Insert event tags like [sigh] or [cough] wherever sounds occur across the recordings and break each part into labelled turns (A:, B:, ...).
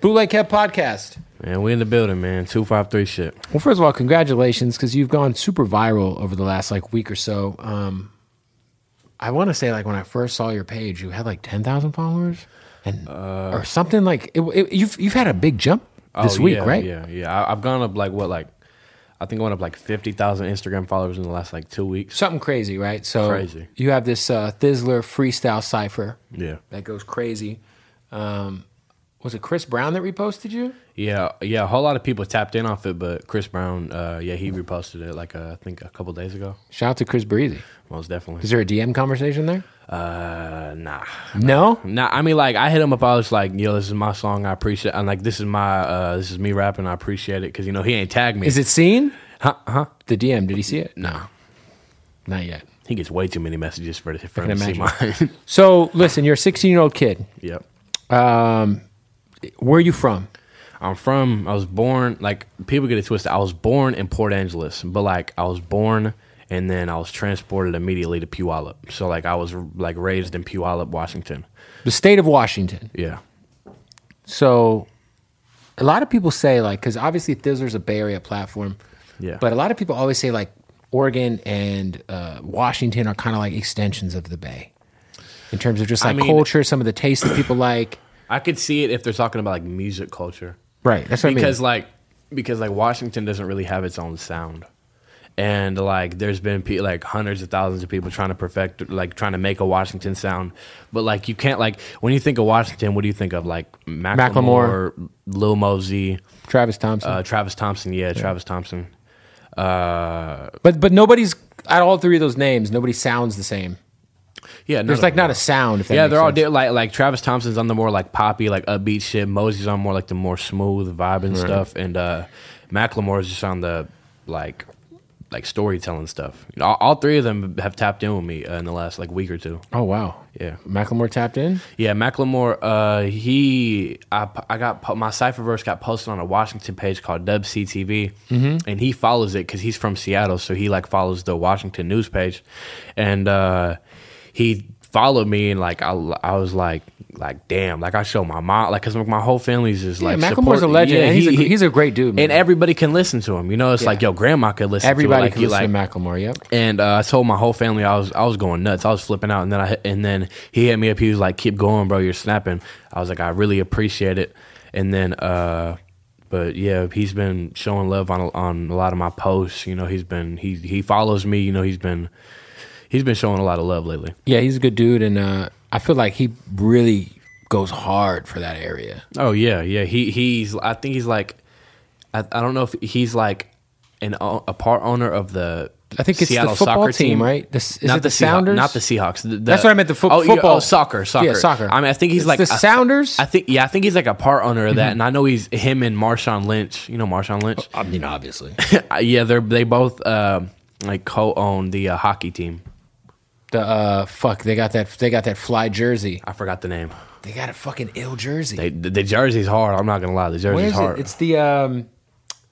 A: Bootleg Kev Podcast.
B: Man, we in the building, man. Two five three shit.
A: Well, first of all, congratulations because you've gone super viral over the last like week or so. Um, I want to say like when I first saw your page, you had like ten thousand followers, and or something like it, it- you've you've had a big jump this
B: Oh,
A: week,
B: yeah,
A: right?
B: Yeah, yeah. I, I've gone up like what, like I think I went up like fifty thousand Instagram followers in the last like two weeks.
A: Something crazy, right? So
B: Crazy.
A: you have this uh, Thizzler freestyle cipher
B: Yeah,
A: that goes crazy. Um, was it Chris Brown that reposted you?
B: yeah, yeah. A whole lot of people tapped in off it, but Chris Brown, uh, yeah, he reposted it like uh, I think a couple days ago.
A: Shout out to Chris Breezy.
B: Most definitely.
A: Is there a DM conversation there?
B: Uh, nah,
A: No.
B: nah. I mean, like I hit him up. I was like, yo, this is my song. I appreciate. I'm like, this is my, uh, this is me rapping. I appreciate it because you know he ain't tagged me.
A: Is it seen?
B: Huh? huh?
A: The DM. Did he see it?
B: Nah.
A: Not yet.
B: He gets way too many messages for, for
A: I can
B: him to see
A: imagine. [laughs]
B: mine. [laughs]
A: So listen, you're a 16 year old kid.
B: yep.
A: Where are you from?
B: I'm from. I was born like people get it twisted. I was born in Port Angeles, but like I was born and then I was transported immediately to Puyallup. So like I was like raised in Puyallup, Washington.
A: The state of Washington.
B: Yeah,
A: So a lot of people say like, because obviously Thizzler's a Bay Area platform.
B: Yeah.
A: But a lot of people always say like Oregon and uh, Washington are kind of like extensions of the Bay in terms of just
B: I
A: like
B: mean-
A: culture, some of the tastes that people like.
B: I could see it if they're talking about like music culture.
A: [clears throat] Right. That's what
B: because
A: I mean.
B: like because like Washington doesn't really have its own sound, and like there's been pe- like hundreds of thousands of people trying to perfect like trying to make a Washington sound, but like you can't like when you think of Washington, what do you think of like Macklemore, Lil Mosey,
A: Travis Thompson.
B: uh, Travis Thompson? Yeah, Travis Thompson.
A: but but nobody's at all three of those names. Nobody sounds the same.
B: Yeah, none
A: There's
B: of
A: like
B: them
A: not
B: are.
A: a sound. If that
B: Yeah,
A: makes
B: they're all
A: sense.
B: di- like like Travis Thompson's on the more like poppy, like upbeat shit. Mosey's on more like the more smooth vibe and stuff, and uh, Macklemore's just on the like like storytelling stuff. You know, all, all three of them have tapped in with me uh, in the last like week or two.
A: Oh wow.
B: Yeah.
A: Macklemore tapped in.
B: Yeah, Macklemore. Uh, he, I, I got po- my cipher verse got posted on a Washington page called WCTV,
A: Mm-hmm.
B: and he follows it because he's from Seattle, so he like follows the Washington news page, and uh, he followed me, and like I, I was like, like damn, like I show my mom, like because my whole family's just like
A: Macklemore's
B: support-
A: a legend, and he's a- he's a great dude, man.
B: and everybody can listen to him. You know, it's like yo, grandma could listen.
A: Everybody
B: to
A: can
B: it. Like, he,
A: listen
B: like,
A: to Macklemore. Yep.
B: and uh, I told my whole family I was I was going nuts. I was flipping out, and then I and then he hit me up. He was like, "Keep going, bro. You're snapping." I was like, "I really appreciate it." And then, uh, but yeah, he's been showing love on on a lot of my posts. You know, he's been he he follows me. You know, he's been he's been showing a lot of love lately.
A: Yeah, he's a good dude, and uh, I feel like he really goes hard for that area.
B: Oh yeah, yeah. He he's I think he's like I I don't know if he's like an o- a part owner of the.
A: I think it's the
B: Seattle
A: football
B: soccer
A: team,
B: team,
A: right? The s- is
B: not
A: it the
B: Seahawks-
A: Sounders?
B: not the Seahawks. The- the-
A: That's what I meant, the fo-
B: oh, you-
A: football.
B: oh, soccer, soccer,
A: Yeah, soccer.
B: I mean, I think he's
A: It's
B: like
A: the
B: a-
A: Sounders? Mm-hmm.
B: I think, yeah, I think he's like a part owner of that, and I know he's him and Marshawn Lynch. You know, Marshawn Lynch. Uh,
A: I mean, [laughs] obviously,
B: yeah, they're they both uh, like co-own the uh, hockey team.
A: the uh, fuck they got that they got that fly jersey.
B: I forgot the name.
A: They got a fucking ill jersey.
B: They, the, the jersey's hard. I'm not gonna lie. The
A: Where
B: jersey's
A: is
B: hard.
A: it? It's the um,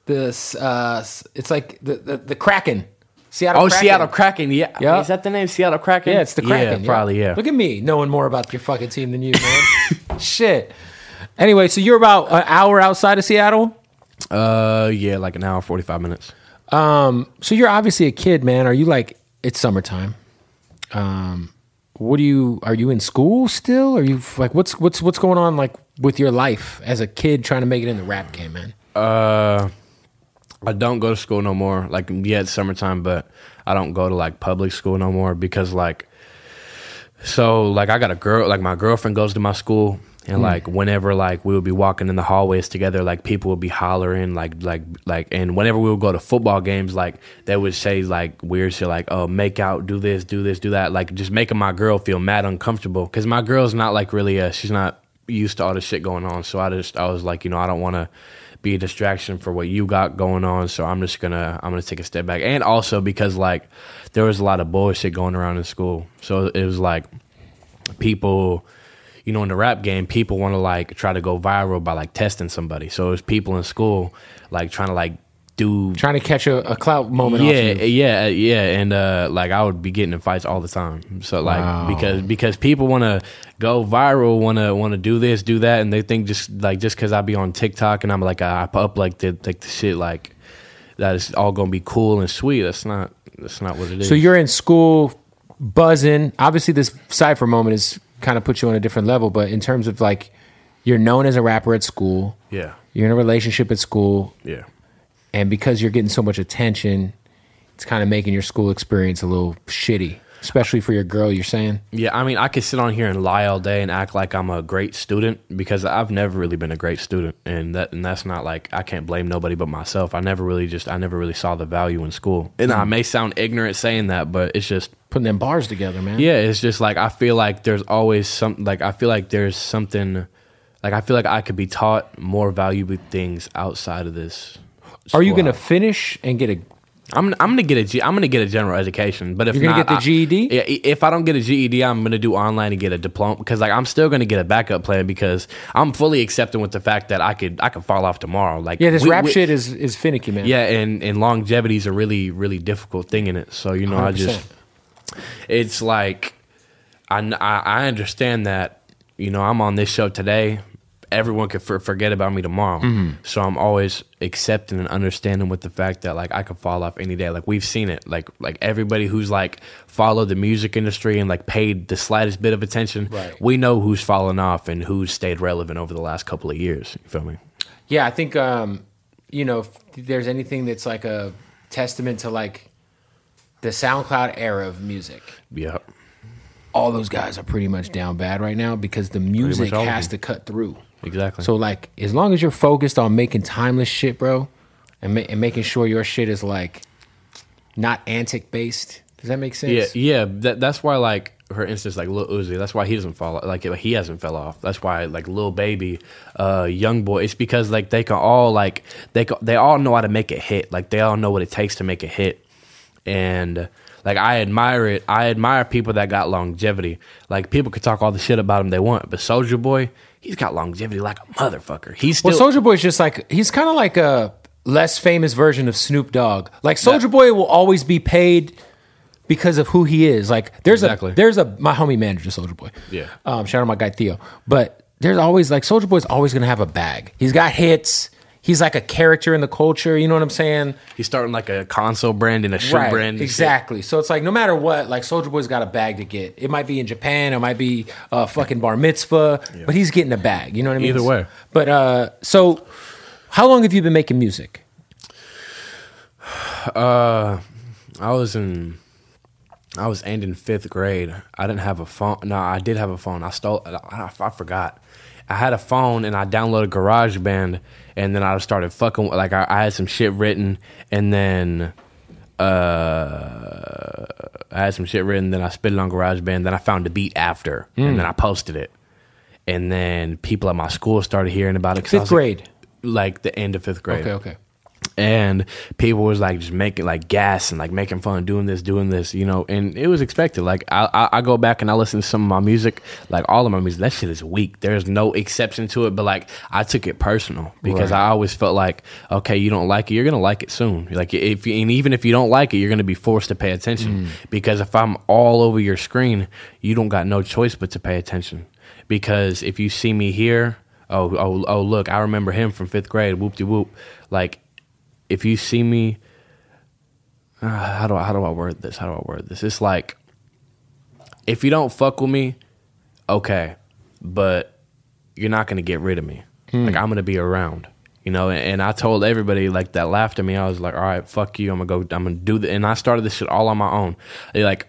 A: this uh, s- it's like the the, the Kraken. Seattle.
B: oh,
A: Kraken.
B: Seattle Kraken. Yeah.
A: Yeah.
B: Is that the name? Seattle Kraken.
A: Yeah, it's the Kraken.
B: Yeah, probably. Yeah.
A: Look at me knowing more about your fucking team than you, man. [laughs] Shit. Anyway, so you're about an hour outside of Seattle.
B: Uh, yeah, like an hour, forty five minutes.
A: Um, so you're obviously a kid, man. Are you like it's summertime? Um, what do you are you in school still? Are you like what's what's what's going on like with your life as a kid trying to make it in the rap game, man?
B: Uh, I don't go to school no more. Like, yeah, it's summertime, but I don't go to like public school no more because like, so like I got a girl, like my girlfriend goes to my school, and like whenever like we would be walking in the hallways together, like people would be hollering, like like like, and whenever we would go to football games, like they would say like weird shit, like oh make out, do this, do this, do that, like just making my girl feel mad uncomfortable because my girl's not like really, uh, she's not used to all this shit going on. So I just I was like, you know, I don't want to be a distraction for what you got going on. So I'm just gonna I'm gonna take a step back. And also because like there was a lot of bullshit going around in school. So it was like people you know in the rap game people want to like try to go viral by like testing somebody. So it was people in school like trying to like do
A: Trying to catch a, a clout moment. off
B: yeah, eh,
A: you.
B: yeah, yeah, and uh, like I would be getting in fights all the time. So like because because people want to go viral, want to want to do this, do that, and they think just like just because I be on TikTok and I'm like I I up like the like the shit like that is all gonna be cool and sweet. That's not that's not what it is.
A: So you're in school buzzing. Obviously, this cipher moment is kind of put you on a different level, but in terms of like, you're known as a rapper at school.
B: yeah
A: You're in a relationship at school,
B: yeah
A: and because you're getting so much attention, it's kind of making your school experience a little shitty, especially for your girl. You're saying
B: yeah. I mean I could sit on here and lie all day and act like I'm a great student because I've never really been a great student, and that and that's not like I can't blame nobody but myself. I never really just I never really saw the value in school, and I may sound ignorant saying that, but it's just
A: putting them bars together, man.
B: Yeah, it's just like I feel like there's always some like I feel like there's something like I feel like I could be taught more valuable things outside of this.
A: Are you
B: school
A: gonna
B: hours.
A: finish and get a?
B: I'm I'm gonna get a G. I'm gonna get a general education, but if
A: You're gonna get
B: not,
A: the E
B: I-
A: GED?
B: yeah, i- if I don't get a GED, I'm gonna do online and get a diploma because like I'm still gonna get a backup plan because I'm fully accepting with the fact that I could I could fall off tomorrow. Like
A: Yeah, this
B: we-
A: rap
B: we-
A: shit is is finicky, man.
B: yeah, and and longevity is a really really difficult thing in it. So you know, I
A: 100%.
B: just it's like I, kn- I I understand that you know I'm on this show today. Everyone could for, forget about me tomorrow.
A: Mm-hmm.
B: So I'm always accepting and understanding with the fact that like I could fall off any day. Like we've seen it. Like like everybody who's like followed the music industry and like paid the slightest bit of attention,
A: Right.
B: we know who's fallen off and who's stayed relevant over the last couple of years. You feel me?
A: Yeah, I think um, you know, if there's anything that's like a testament to like the SoundCloud era of music.
B: Yeah.
A: All those guys are pretty much down bad right now because the music
B: all of
A: has to
B: them.
A: cut through.
B: Exactly.
A: So like, as long as you're focused on making timeless shit, bro, and, ma- and making sure your shit is like not antic based. Does that make sense?
B: Yeah, yeah. That, that's why, like, for instance, like Lil Uzi, that's why he doesn't fall. Like, he hasn't fell off. That's why, like, Lil Baby, uh, Young Boy. It's because like they can all like they can, they all know how to make it hit. Like they all know what it takes to make it hit. And like I admire it. I admire people that got longevity. Like people could talk all the shit about him they want, but Soldier Boy, he's got longevity like a motherfucker. He's still
A: Well, Soldier Boy's just like he's kind of like a less famous version of Snoop Dogg. Like Soldier Boy will always be paid because of who he is. Like there's
B: Exactly.
A: a there's a my homie manager Soldier Boy.
B: Yeah.
A: Um, shout out my guy Theo. But there's always like Soldier Boy's always gonna have a bag. He's got hits. He's like a character in the culture. You know what I'm saying?
B: he's starting like a console brand and a shoe brand. and shit.
A: Exactly. So it's like no matter what, like Soldier Boy's got a bag to get. It might be in Japan, it might be uh, fucking bar mitzvah, but he's getting a bag. You know what I mean?
B: Either way.
A: But uh, so, how long have you been making music?
B: Uh, I was in I was ending fifth grade. I didn't have a phone. No, I did have a phone. I stole. I, I- I forgot. I had a phone and I downloaded GarageBand and then I started fucking. with- Like I, I had some shit written and then uh, I had some shit written. Then I spit it on GarageBand. Then I found the beat after
A: Hmm.
B: and then I posted it. And then people at my school started hearing about it. 'cause I
A: Fifth
B: was, like-
A: grade.
B: like, the end of fifth grade.
A: Okay, okay.
B: and people was like just making like gas and like making fun, doing this, doing this, you know. And it was expected. Like I, I, I go back and I listen to some of my music, like all of my music. That shit is weak. There's no exception to it. But like I took it personal because I always felt like, okay, you don't like it, you're gonna like it soon. Like if you, and even if you don't like it, you're gonna be forced to pay attention because if I'm all over your screen, you don't got no choice but to pay attention because if you see me here. Oh, oh, oh! Look, I remember him from fifth grade. Whoop de whoop! Like if you see me uh, how do I how do I word this? How do I word this? It's like if you don't fuck with me, okay, but you're not gonna get rid of me. Like I'm gonna be around. You know, and, and I told everybody like that laughed at me. I was like, all right, fuck you. I'm gonna go. I'm gonna do the. And I started this shit all on my own. Like,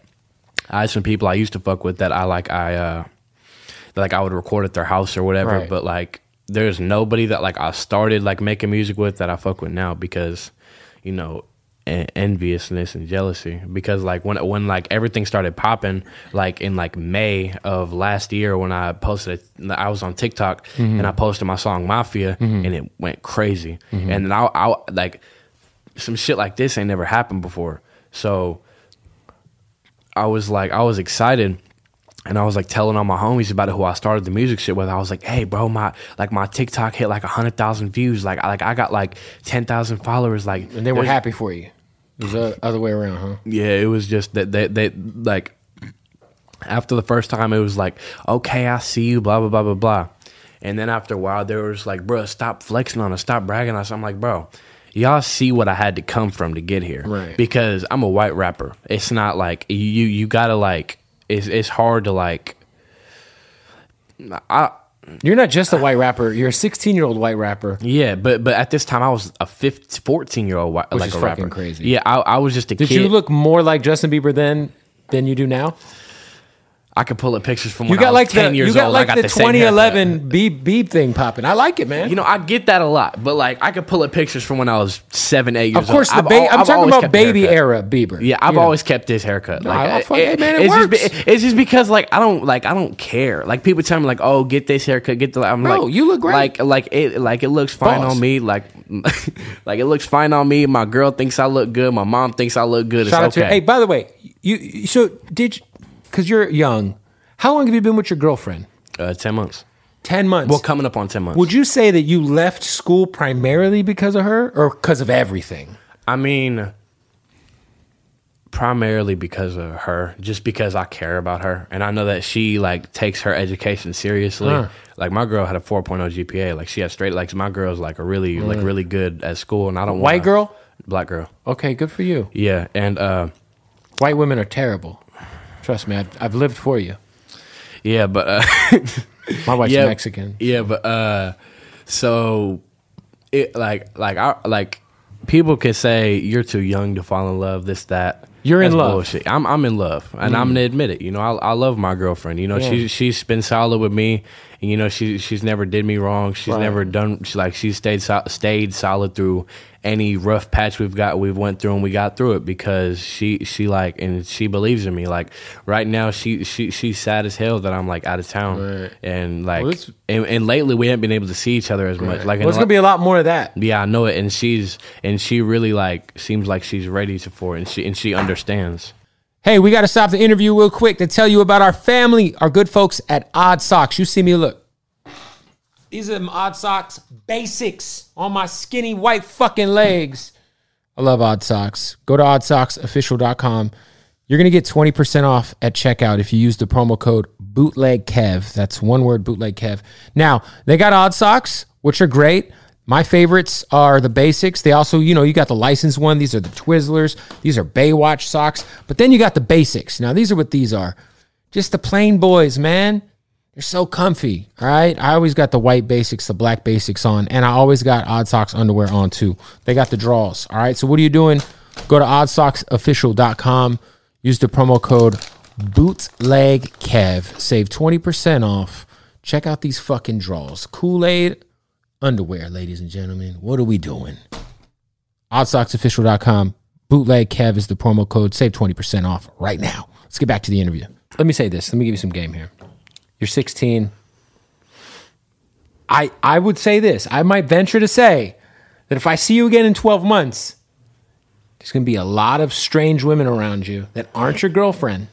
B: I had some people I used to fuck with that I like. I uh, like I would record at their house or whatever.
A: Right.
B: But like, there's nobody that like I started like making music with that I fuck with now because, you know, en- enviousness and jealousy. Because like when when like everything started popping, like in like May of last year when I posted, a, I was on TikTok and I posted my song Mafia and it went crazy. And then I, I like some shit like this ain't never happened before. So I was like, I was excited. And I was like telling all my homies about who I started the music shit with. I was like, "Hey, bro, my like my TikTok hit like hundred thousand views. Like, I, like I got like ten thousand followers. Like,
A: And they were
B: there's-
A: happy for you. It was the other way around, huh?
B: yeah, it was just that they, they like after the first time it was like, okay, I see you, blah blah blah blah blah, and then after a while they were just like, bro, stop flexing on us, stop bragging on us. I'm like, bro, y'all see what I had to come from to get here,
A: Right.
B: Because I'm a white rapper. It's not like you you gotta like it's it's hard to like
A: You're not just a white rapper. You're a 16 year old white rapper.
B: yeah, but but at this time I was a 15, 14 year old white
A: Which
B: like
A: is
B: a
A: fucking
B: rapper.
A: crazy.
B: Yeah, I, I was just a
A: Did
B: kid.
A: you look more like Justin Bieber then than you do now?
B: I could pull up pictures from
A: You
B: when I
A: got
B: was
A: like
B: ten
A: the
B: years
A: you got
B: old.
A: like
B: I got
A: the,
B: the same haircut.
A: 2011 beep beep thing popping. I like it, man.
B: You know, I get that a lot, but like I could pull up pictures from when I was seven, eight years
A: of course, the
B: old. I've
A: ba-
B: al-
A: I'm
B: I've
A: talking
B: always
A: about
B: kept
A: baby
B: the haircut.
A: era Bieber.
B: Yeah, I've
A: You know.
B: always kept this haircut. Like,
A: I- I
B: it-
A: fuck it, man, it
B: it's, just,
A: works.
B: be- it's just because like I don't like I don't care. Like people tell me like, oh, get this haircut, get the. I'm
A: Bro,
B: like,
A: you look great.
B: Like like it like it looks fine
A: Boss.
B: on me. Like [laughs] like it looks fine on me. My girl thinks I look good. My mom thinks I look good.
A: Shout out
B: it's
A: to
B: okay.
A: hey. By the way, you- you so did because you, are young. How long have you been with your girlfriend?
B: uh, ten months.
A: Ten months.
B: Well, coming up on ten months.
A: Would you say that you left school primarily because of her, or because of everything?
B: I mean, primarily because of her, just because I care about her, and I know that she like takes her education seriously.
A: Huh.
B: Like my girl had a 4.0 GPA. Like she had straight. Like my girl's like a really like really good at school, and I don't
A: Mm. White
B: wanna-
A: girl?
B: black girl.
A: Okay, good for you.
B: Yeah, and uh,
A: White women are terrible. Trust me, I've, I've lived for you.
B: yeah, but uh,
A: My wife's
B: yeah,
A: Mexican.
B: Yeah, but uh, so it like like I like people could say you're too young to fall in love. This that
A: You're in
B: That's
A: love.
B: Bullshit. I'm I'm in love, and I'm gonna admit it. You know, I I love my girlfriend. You know,
A: Mm. Yeah.
B: she she's been solid with me, and you know she she's never did me wrong. She's
A: Right.
B: never done. She like she stayed so, stayed solid through any rough patch we've got we've went through and we got through it because she she like and she believes in me like right now she she she's sad as hell that i'm like out of town
A: Right.
B: and like
A: Well, it's-
B: and, and lately we haven't been able to see each other as much. Like,
A: Well, it's
B: and
A: gonna be a lot more of that.
B: yeah, I know it. And she's and she really like seems like she's ready to for it, and she and she understands.
A: Hey, we got to stop the interview real quick to tell you about our family, our good folks at Odd Socks. You see me look. These are them Odd Socks basics on my skinny white fucking legs. I love Odd Socks. Go to oddsocksofficial.com. You're going to get 20% off at checkout if you use the promo code bootlegkev. That's one word, bootlegkev. Now, they got Odd Socks, which are great. My favorites are the basics. They also, you know, you got the licensed one. These are the Twizzlers. These are Baywatch socks. But then you got the basics. Now, these are what these are. Just the plain boys, man. They're so comfy. All right. I always got the white basics, the black basics on, and I always got Odd Socks underwear on too. They got the draws. All right. So what are you doing? Go to oddsocksofficial.com. Use the promo code bootlegkev. Save 20% off. Check out these fucking draws. Kool-Aid underwear, ladies and gentlemen. What are we doing? oddsocksofficial.com. Bootleg Kev is the promo code. Save 20% off right now. Let's get back to the interview. Let me say this. Let me give you some game here. You're 16. I I would say this. I might venture to say that if I see you again in 12 months, there's going to be a lot of strange women around you that aren't your girlfriend.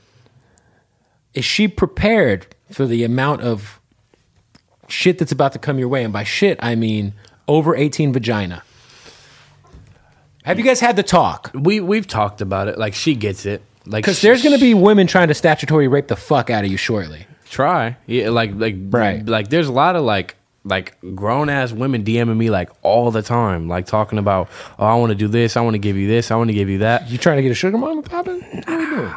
A: Is she prepared for the amount of shit that's about to come your way? And by shit, I mean over 18 vagina. Have you guys had the talk?
B: We we've talked about it. Like she gets it. Like
A: Because
B: she-
A: there's going to be women trying to statutory rape the fuck out of you shortly.
B: try. Yeah, like like
A: Right.
B: Like there's a lot of like like grown ass women DMing me like all the time, like talking about oh I want to do this, I want to give you this, I want to give you that.
A: You trying to get a sugar mama popping? What are you doing?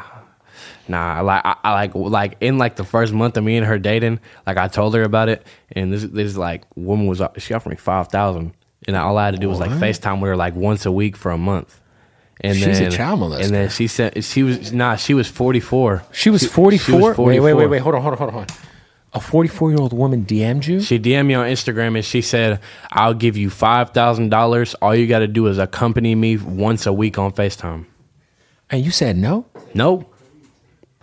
B: Nah, I like I, I like like in like the first month of me and her dating, like I told her about it, and this this like woman was uh, she offered me five thousand, and all I had to do was like Facetime with her like once a week for a month. And
A: She's a
B: then,
A: child molester.
B: And then she said she was nah, she was forty four.
A: She was 44?
B: She was
A: Wait, wait, wait,
B: 44.
A: wait. Hold on, hold on, hold on. A 44 year old woman DM'd you?
B: She DM'd me on Instagram and she said, I'll give you $5,000. All you got to do is accompany me once a week on FaceTime.
A: and you said no?
B: No.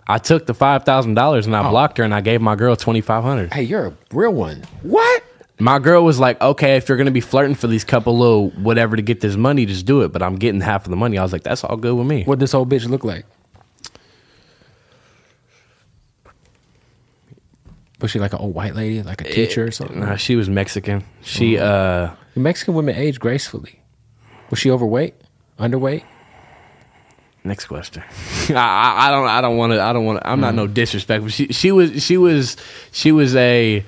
B: I took the $5,000 and I
A: Oh.
B: blocked her and I gave my girl 2500
A: Hey, you're a real one. What?
B: My girl was like, okay, if you're going to be flirting for these couple little whatever to get this money, just do it. But I'm getting half of the money. I was like, that's all good with me.
A: What this old bitch look like? Was she like an old white lady, like a teacher or something? Mm-hmm.
B: Nah, she was Mexican. She, uh,
A: Mexican women age gracefully. Was she overweight, underweight?
B: Next question. [laughs] I, I, I don't I don't want to I don't want to I'm not no
A: Mm-hmm.
B: disrespectful. She she was she was she was a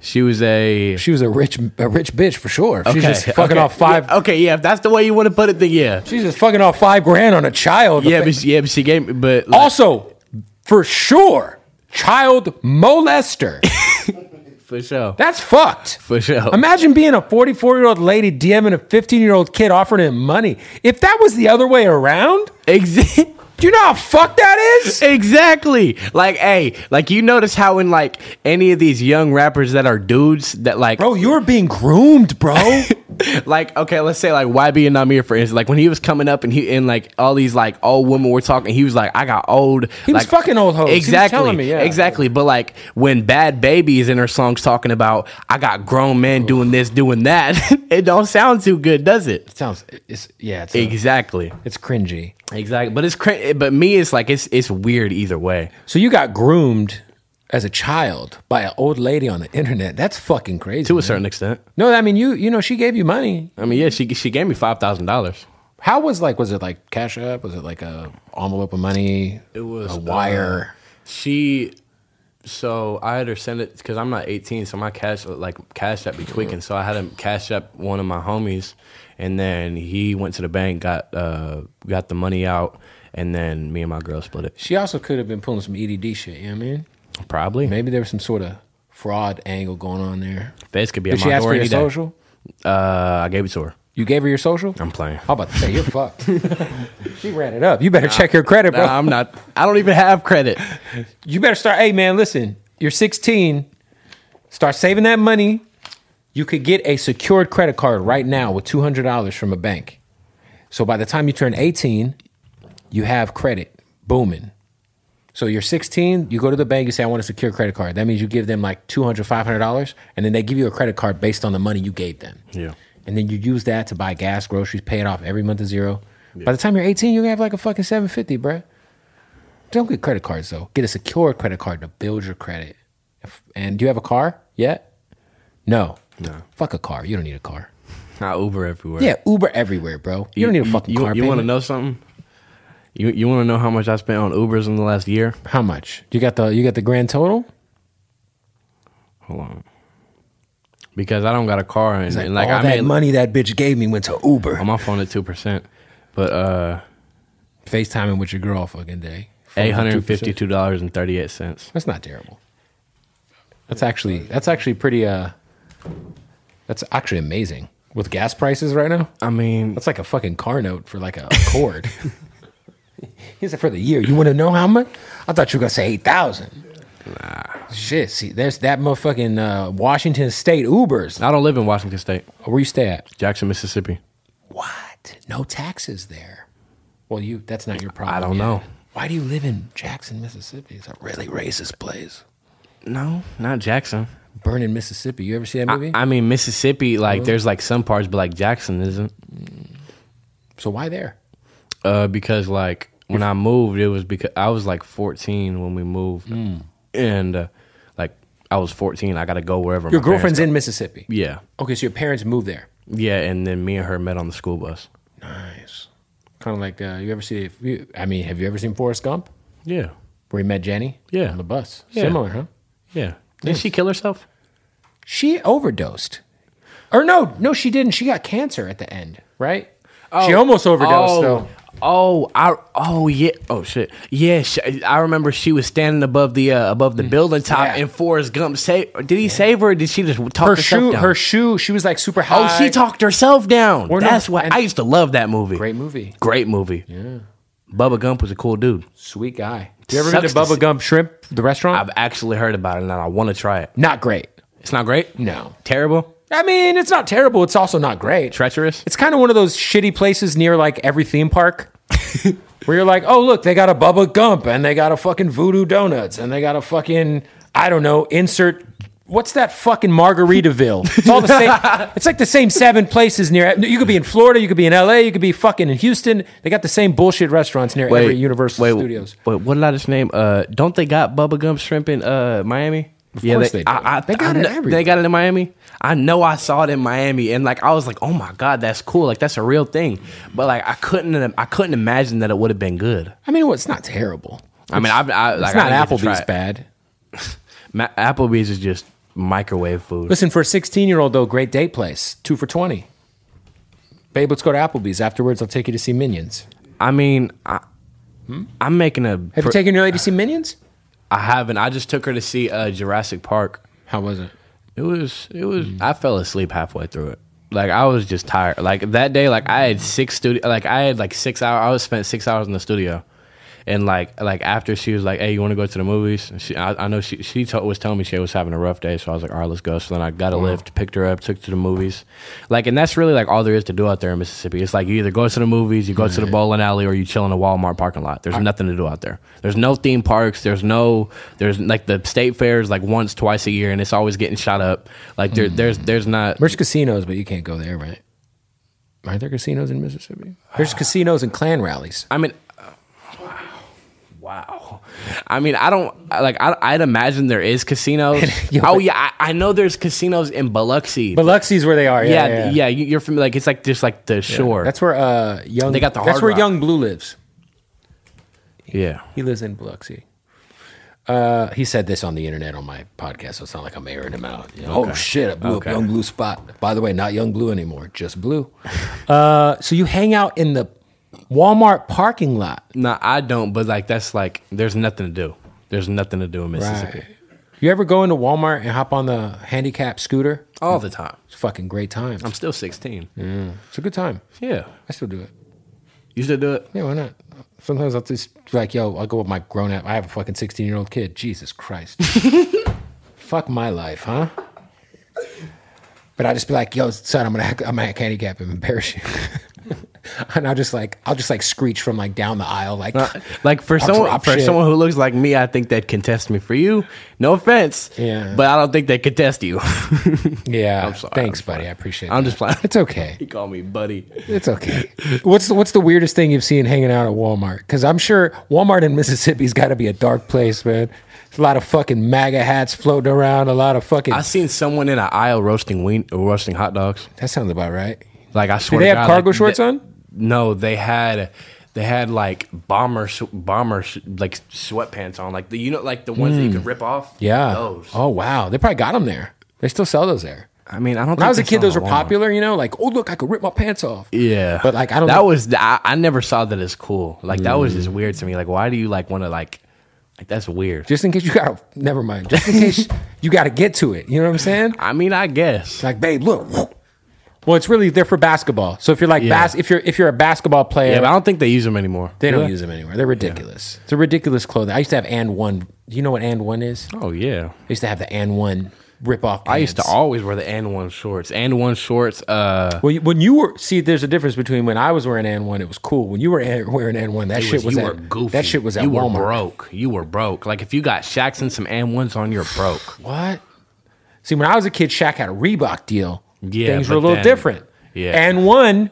B: she was a
A: She was a rich, a rich bitch for sure. She's just fucking
B: okay.
A: off five.
B: Yeah, okay, yeah, if that's the way you want to put it, then yeah,
A: She's just fucking off five grand on a child.
B: yeah, but she- yeah, but she gave me, but like,
A: also for sure, child molester.
B: for sure,
A: That's fucked.
B: for sure.
A: Imagine being a 44 year old lady DMing a 15 year old kid offering him money. If that was the other way around,
B: Ex- [laughs]
A: do you know how fucked that is?
B: exactly. Like, hey, like you notice how in like any of these young rappers that are dudes that like
A: Bro, you're being groomed,
B: [laughs]
A: bro.
B: like okay, let's say like YB and Namir for instance, like when he was coming up and he and like all these like old women were talking, he was like, I got old.
A: He was
B: like-
A: fucking old hoes. He was
B: Exactly,
A: telling me, yeah.
B: exactly. But like when Bad Baby is in her songs talking about I got grown men doing this, doing that, [laughs] it don't sound too good, does it?
A: Sounds, it's, yeah, it's,
B: Exactly,
A: it's cringy.
B: exactly. But it's cra- but me, it's like it's it's weird either way.
A: So you got groomed as a child by an old lady on the internet. That's fucking crazy.
B: To a
A: man.
B: certain extent,
A: No, I mean, you, you know, she gave you money.
B: I mean, yeah, she she gave me five thousand dollars.
A: How was like, was it like Cash App? Was it like a envelope of money? It
B: was, uh,
A: a wire.
B: She, so I had her send it because I'm not 18, so my cash like cash app be tweaking. So I had him cash app one of my homies, and then he went to the bank, got uh got the money out, and then me and my girl split it.
A: She also could have been pulling some EDD shit, you know what I mean?
B: Probably
A: Maybe there was some sort of fraud angle going on there.
B: Fez could be
A: Did
B: at
A: she
B: my
A: ask
B: door
A: for your
B: any day.
A: social?
B: Uh, I gave it to her.
A: You gave her your social?
B: I'm playing.
A: How about to say you're fucked.
B: [laughs]
A: she ran it up. You better check your credit, bro.
B: Nah, I'm not. I don't even have credit.
A: you better start. Hey, man, listen. You're 16. Start saving that money. You could get a secured credit card right now with $200 from a bank. So by the time you turn 18, you have credit booming. So you're 16, you go to the bank, you say, I want a secure credit card. That means you give them like $200, $500, and then they give you a credit card based on the money you gave them.
B: Yeah.
A: And then you use that to buy gas, groceries, pay it off every month at zero. By the time you're 18, you're going to have like a fucking 750 bruh. Don't get credit cards though. Get a secure credit card to build your credit. If- And do you have a car yet? No. No. Fuck a car. You don't need a car.
B: I Uber everywhere.
A: Yeah, Uber everywhere, bro. You, don't need a fucking
B: you,
A: car.
B: You want to
A: payment.
B: know something? You you want to know how much I spent on Ubers in the last year?
A: how much? You got the you got the grand total?
B: Hold on. Because I don't got a car and,
A: Like,
B: and, like
A: all
B: I
A: that
B: made
A: money that bitch gave me went to Uber.
B: I'm off on at two percent. But uh
A: FaceTiming with your girl all fucking day.
B: eight hundred and fifty two dollars and thirty eight cents.
A: That's not terrible. That's actually that's actually pretty uh that's actually amazing. With gas prices right now?
B: I mean
A: That's like a fucking car note for like a Accord. [laughs] he said for the year. You want to know how much? I thought you were gonna say eight thousand. Nah. Shit. See, there's that motherfucking uh, Washington State Ubers.
B: I don't live in Washington State.
A: Where you stay at?
B: Jackson, Mississippi.
A: What? No taxes there. Well, you. That's not your problem.
B: I don't
A: yet.
B: know.
A: Why do you live in Jackson, Mississippi? It's a really racist place.
B: No, not Jackson.
A: Burning Mississippi. You ever see that
B: I,
A: movie?
B: I mean, Mississippi, like, there's like some parts, but like Jackson isn't.
A: so why there?
B: Uh, because like when I moved, it was because I was like 14 when we moved,
A: Hmm.
B: and uh, like I was 14, I got to go wherever.
A: Your
B: my parents
A: girlfriend's in Mississippi.
B: go. Yeah,
A: Okay, so your parents moved there.
B: yeah, and then me and her met on the school bus.
A: Nice. Kind of like uh, you ever see? If you, I mean, have you ever seen Forrest Gump,
B: Yeah,
A: where he met Jenny?
B: Yeah.
A: on the bus.
B: Yeah.
A: Similar, huh?
B: yeah. Did she kill herself?
A: She overdosed, or no, no, she didn't. She got cancer at the end, right? she almost overdosed
B: oh,
A: though.
B: Oh, I oh yeah. Oh shit. Yeah, sh I remember she was standing above the uh, above the building top,
A: Yeah.
B: and Forrest Gump saved. Did he save her? or Did she just talk
A: Her
B: herself
A: shoe,
B: down?
A: her shoe. She was like super high.
B: Oh, she talked herself down.
A: Or no,
B: That's why
A: and-
B: I used to love that movie.
A: Great movie.
B: Great movie. Yeah. Bubba Gump was a cool dude.
A: Sweet guy. You ever been to
B: Sucks to
A: Bubba
B: see-
A: Gump Shrimp, the restaurant?
B: I've actually heard about it and I want to try it.
A: Not great.
B: It's not great?
A: No.
B: Terrible?
A: I mean, it's not terrible. It's also not great.
B: Treacherous?
A: It's kind of one of those shitty places near like every theme
B: [laughs]
A: park where you're like, oh, look, they got a Bubba Gump and they got a fucking Voodoo Donuts and they got a fucking, I don't know, insert. What's that fucking Margaritaville? It's all the
B: [laughs]
A: same. It's like the same seven places near. You could be in Florida, you could be in LA, you could be fucking in Houston. They got the same bullshit restaurants near every Universal
B: wait,
A: Studios.
B: Wait, what did I just name? Uh, don't they got Bubba Gump shrimp in uh, Miami? Of
A: course they do.
B: I, I,
A: They got
B: I
A: it
B: kn-
A: everywhere.
B: They got it in Miami. I know I saw it in Miami, and like I was like, "Oh my god, that's cool! Like that's a real thing." But like I couldn't, I couldn't imagine that it would have been good.
A: I mean, well, it's not terrible.
B: I mean, I, I
A: It's
B: like, I
A: not
B: didn't get to try
A: Applebee's
B: it.
A: bad.
B: Ma- Applebee's is just microwave food.
A: Listen, for a 16 year old, though, great date place. Two for 20. Babe, let's go to Applebee's. Afterwards, I'll take you to see Minions.
B: I mean, I, I'm making a.
A: Hmm? Have you taken your lady to see Minions?
B: I haven't. I just took her to see uh, Jurassic Park.
A: How was it?
B: It was. It was. I fell asleep halfway through it. Like I was just tired. Like that day, like I had six studio. Like I had like six hours. I was spent six hours in the studio, and like like after she was like, "Hey, you want to go to the movies?" And she, I, I know she she to- was telling me she was having a rough day, so I was like, "All right, let's go." So then I got a lift, picked her up, took her to the movies. Like, and that's really like all there is to do out there in Mississippi. It's like you either go to the movies, you go to the bowling alley, or you chill in a Walmart parking lot. There's nothing to do out there. There's no theme parks. There's no there's like the state fairs like once twice a year, and it's always getting shot up. Like there there's there's not
A: There's casinos, but you can't go there, right? Aren't there casinos in Mississippi? There's casinos and clan rallies.
B: I mean, [sighs] wow. I mean, I don't like. I, I'd imagine there is casinos. [laughs]
A: Yeah,
B: oh
A: but-
B: yeah, I, I know there's casinos in Biloxi.
A: Biloxi's where they are.
B: yeah, yeah, you, you're familiar. Like it's like just like the shore.
A: That's where uh, young.
B: They got the
A: That's
B: Hard
A: where
B: Rock.
A: young Blue lives.
B: yeah.
A: He lives in Biloxi. Uh, he said this on the internet on my podcast, so it's not like I'm airing him out. You know, Oh shit! I blew
B: Okay.
A: up Young Blue spot. By the way, not Young Blue anymore, just [laughs] Blue. uh, so you hang out in the Walmart parking lot.
B: No, I don't. But like that's like there's nothing to do. There's nothing to do in Mississippi
A: You ever go into Walmart and hop on the handicap scooter?
B: all the time.
A: It's a fucking great time.
B: I'm still 16.
A: It's a good time.
B: Yeah,
A: I still do it.
B: you still do it.
A: Yeah, why not? Sometimes I'll just like, yo, I'll go with my grown up. I have a fucking 16 year old kid. Jesus
B: [laughs]
A: Christ. Fuck my life, huh? But I'll just be like, yo, son, I'm gonna hack- I'm gonna hack handicap him, embarrass you. [laughs] and I'll just like I'll just like screech from like down the aisle, like
B: Uh, Like for
A: I'll
B: someone
A: drop
B: for
A: shit.
B: someone who looks like me, I think they'd contest me. For you, no offense.
A: Yeah.
B: But I don't think they
A: [laughs]
B: contest you.
A: [laughs] Yeah.
B: I'm sorry,
A: Thanks,
B: I'm
A: buddy. I appreciate it.
B: I'm just playing.
A: It's okay.
B: He called me buddy.
A: It's okay. what's the, what's the weirdest thing you've seen hanging out at Walmart? Because I'm sure Walmart in Mississippi's got to be a dark place, man. There's a lot of fucking MAGA hats floating around. A lot of fucking.
B: I seen someone in an aisle roasting ween- roasting hot dogs.
A: that sounds about right.
B: Like I
A: Do
B: swear,
A: they
B: to
A: have
B: God,
A: cargo
B: like,
A: shorts
B: the-
A: on?
B: No, they had they had like bomber sh- bomber sh- like sweatpants on, like the you know like the ones that you could rip off.
A: Hmm. Yeah.
B: those.
A: Oh wow, they probably got them there. They still sell those there.
B: I mean, I don't.
A: When I was a
B: think
A: kid,
B: they
A: those
B: sell
A: were
B: them at Walmart.
A: popular. You know, like oh look, I could rip my pants off.
B: Yeah,
A: But, like, I don't Mm.
B: That
A: think-
B: was I, I never saw that as cool. Like that was just weird to me. Like why do you like want to like like that's weird.
A: Just in case you got. to Never mind. Just in
B: [laughs]
A: case you got to get to it. You know what I'm saying?
B: I mean, I guess.
A: Like, babe, look. Well, it's really there for basketball. So if you're like
B: Yeah.
A: bas- if you're if you're a basketball player,
B: Yeah, but I don't think they use them anymore.
A: They don't
B: Yeah.
A: use them anywhere. They're ridiculous. It's a ridiculous clothing. I used to have and one. Do you know what and one is? I
B: Oh yeah.
A: used to have the and one rip off.
B: I used to always wear the and one shorts. And one shorts. Uh,
A: Well, you- when you were see, there's a difference between when I was wearing and one, it was cool. When you were an- wearing and one, that
B: It
A: shit was,
B: you
A: at,
B: were goofy.
A: That shit was at
B: you
A: Walmart.
B: were broke. You were broke. Like if you got shacks and some and ones on, you're broke.
A: What? See, when I was a kid, Shaq had a Reebok deal.
B: Yeah,
A: things were a
B: but
A: little
B: then-
A: different.
B: yeah.
A: and one,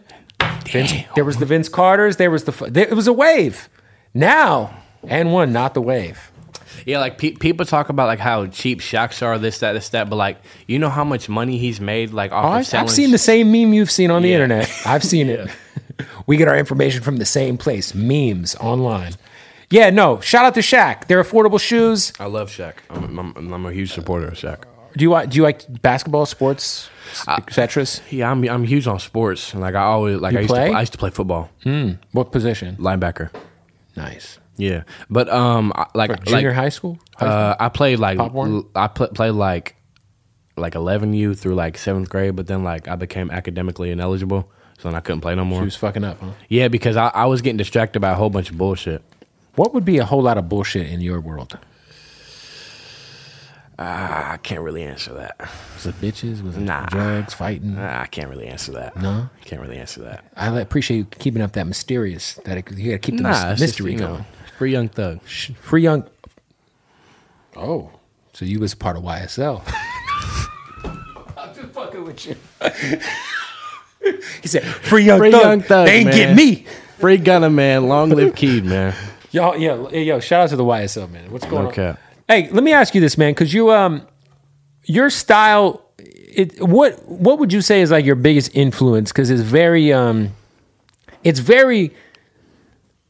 A: Vince, there was the Vince Carter's. There was the fu- there, it was a wave. Now and one, not the wave.
B: Yeah, like pe- people talk about like how cheap shocks are, this, that, this, that. But like, you know how much money he's made, like off
A: Oh,
B: of
A: I've,
B: selling.
A: I've seen the same meme you've seen on the
B: Yeah.
A: internet. I've seen [laughs] it. we get our information from the same place, memes online. Yeah, no. Shout out to Shaq. They're affordable shoes.
B: I love Shaq. I'm, I'm, I'm a huge supporter of Shaq.
A: Do you like, do you like basketball, sports, etc.?
B: Yeah, I'm I'm huge on sports. and, Like I always like
A: You
B: I used
A: play?
B: to I used to play Hmm. football,
A: What position?
B: linebacker.
A: Nice.
B: Yeah, but um, I, like
A: Junior
B: like,
A: high school. High school?
B: Uh, I played like
A: Pop Warner?
B: l- I pl- played like like 11U through like seventh grade, but then like I became academically ineligible, so then I couldn't play no more.
A: He was fucking up, huh?
B: Yeah, because I, I was getting distracted by a whole bunch of bullshit.
A: What would be a whole lot of bullshit in your world?
B: I can't really answer that.
A: Was it bitches? Was it
B: Nah.
A: drugs? Fighting?
B: Ah, I can't really answer that. No, can't really answer that.
A: I li- appreciate you keeping up that mysterious. That it, you got to keep the mys-
B: Nah, it's just,
A: mystery
B: you know,
A: going.
B: Free young thug.
A: Sh- Free Young. Oh, so you was part of YSL.
B: [laughs]
A: I'm just fucking with you. [laughs] he said, "Free Young,
B: Free
A: thug.
B: Young Thug,
A: They ain't
B: man.
A: get me."
B: Free gunner man.
A: [laughs]
B: Long live Keed man.
A: Y'all, yeah, yeah, yo, shout out to the YSL man. What's going
B: Okay.
A: on? Hey, let me ask you this, man, because you, um, your style, it, what, what would you say is like your biggest influence? Because it's very, um, it's very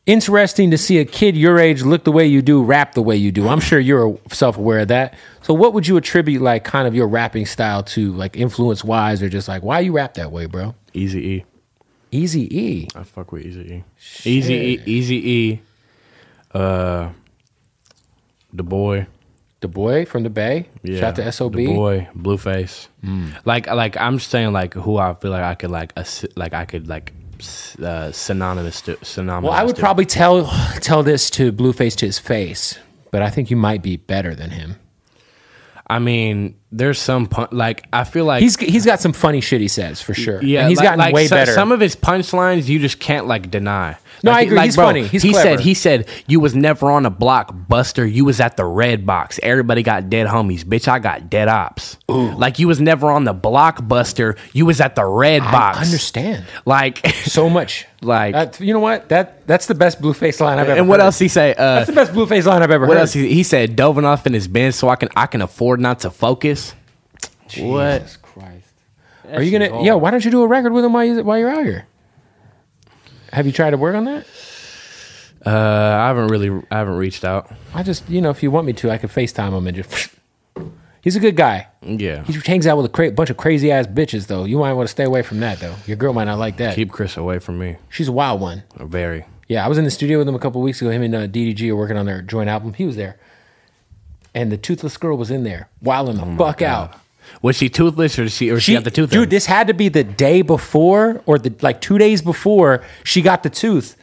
A: interesting to see a kid your age look the way you do, rap the way you do. I'm sure you're self-aware of that. So, what would you attribute, like, kind of your rapping style to, like, influence-wise, or just like why you rap that way, bro?
B: Easy E.
A: Easy E.
B: I fuck with Easy E. Easy E. Easy E. Uh, the boy.
A: The boy from the Bay.
B: Yeah.
A: Shout out to SOB.
B: The boy. Blueface.
A: Mm.
B: Like like I'm saying like who I feel like I could like ass- like I could like s- uh, synonymous to synonymous.
A: Well, I would
B: to.
A: probably tell tell this to Blueface to his face, but I think you might be better than him.
B: I mean, there's some pun- like I feel like
A: He's he's got some funny shit he says for sure.
B: Yeah,
A: and he's
B: like-
A: gotten
B: like
A: way
B: so-
A: better.
B: Some of his punchlines you just can't like deny.
A: No,
B: Like,
A: I agree.
B: like,
A: He's funny. He's
B: he
A: clever.
B: said he said you was never on a block, Buster. You was at the red box. Everybody got dead homies, bitch. I got dead ops. Like you was never on the block, Buster. You was at the red box.
A: I understand [laughs]
B: Like
A: so much.
B: Like-
A: That- you know what? That that's the best Blueface line I've ever.
B: and what
A: heard.
B: else he say? Uh,
A: That's the best Blueface line I've ever
B: what
A: heard.
B: else he, he said? Doving off in his bed so I can I can afford not to focus. What?
A: Jesus Christ. Are you gonna? Yo, why don't you do a record with him while you while you're out here? Have you tried to work on that?
B: Uh, I haven't really I haven't reached out.
A: I just, you know, if you want me to, I could FaceTime him and just. [laughs] He's a good guy.
B: Yeah.
A: He hangs out with a cra- bunch of crazy ass bitches, though. You might want to stay away from that, though. Your girl might not like that.
B: Keep Chris away from me.
A: She's a wild one.
B: Very.
A: Yeah, I was in the studio with him a couple weeks ago. Him and uh, DDG are working on their joint album. He was there, and the Toothless Girl was in there, wilding
B: Oh
A: the fuck out.
B: Was she toothless or did she or she, got the tooth?
A: dude.
B: in?
A: This had to be the day before, or the like two days before she got the tooth,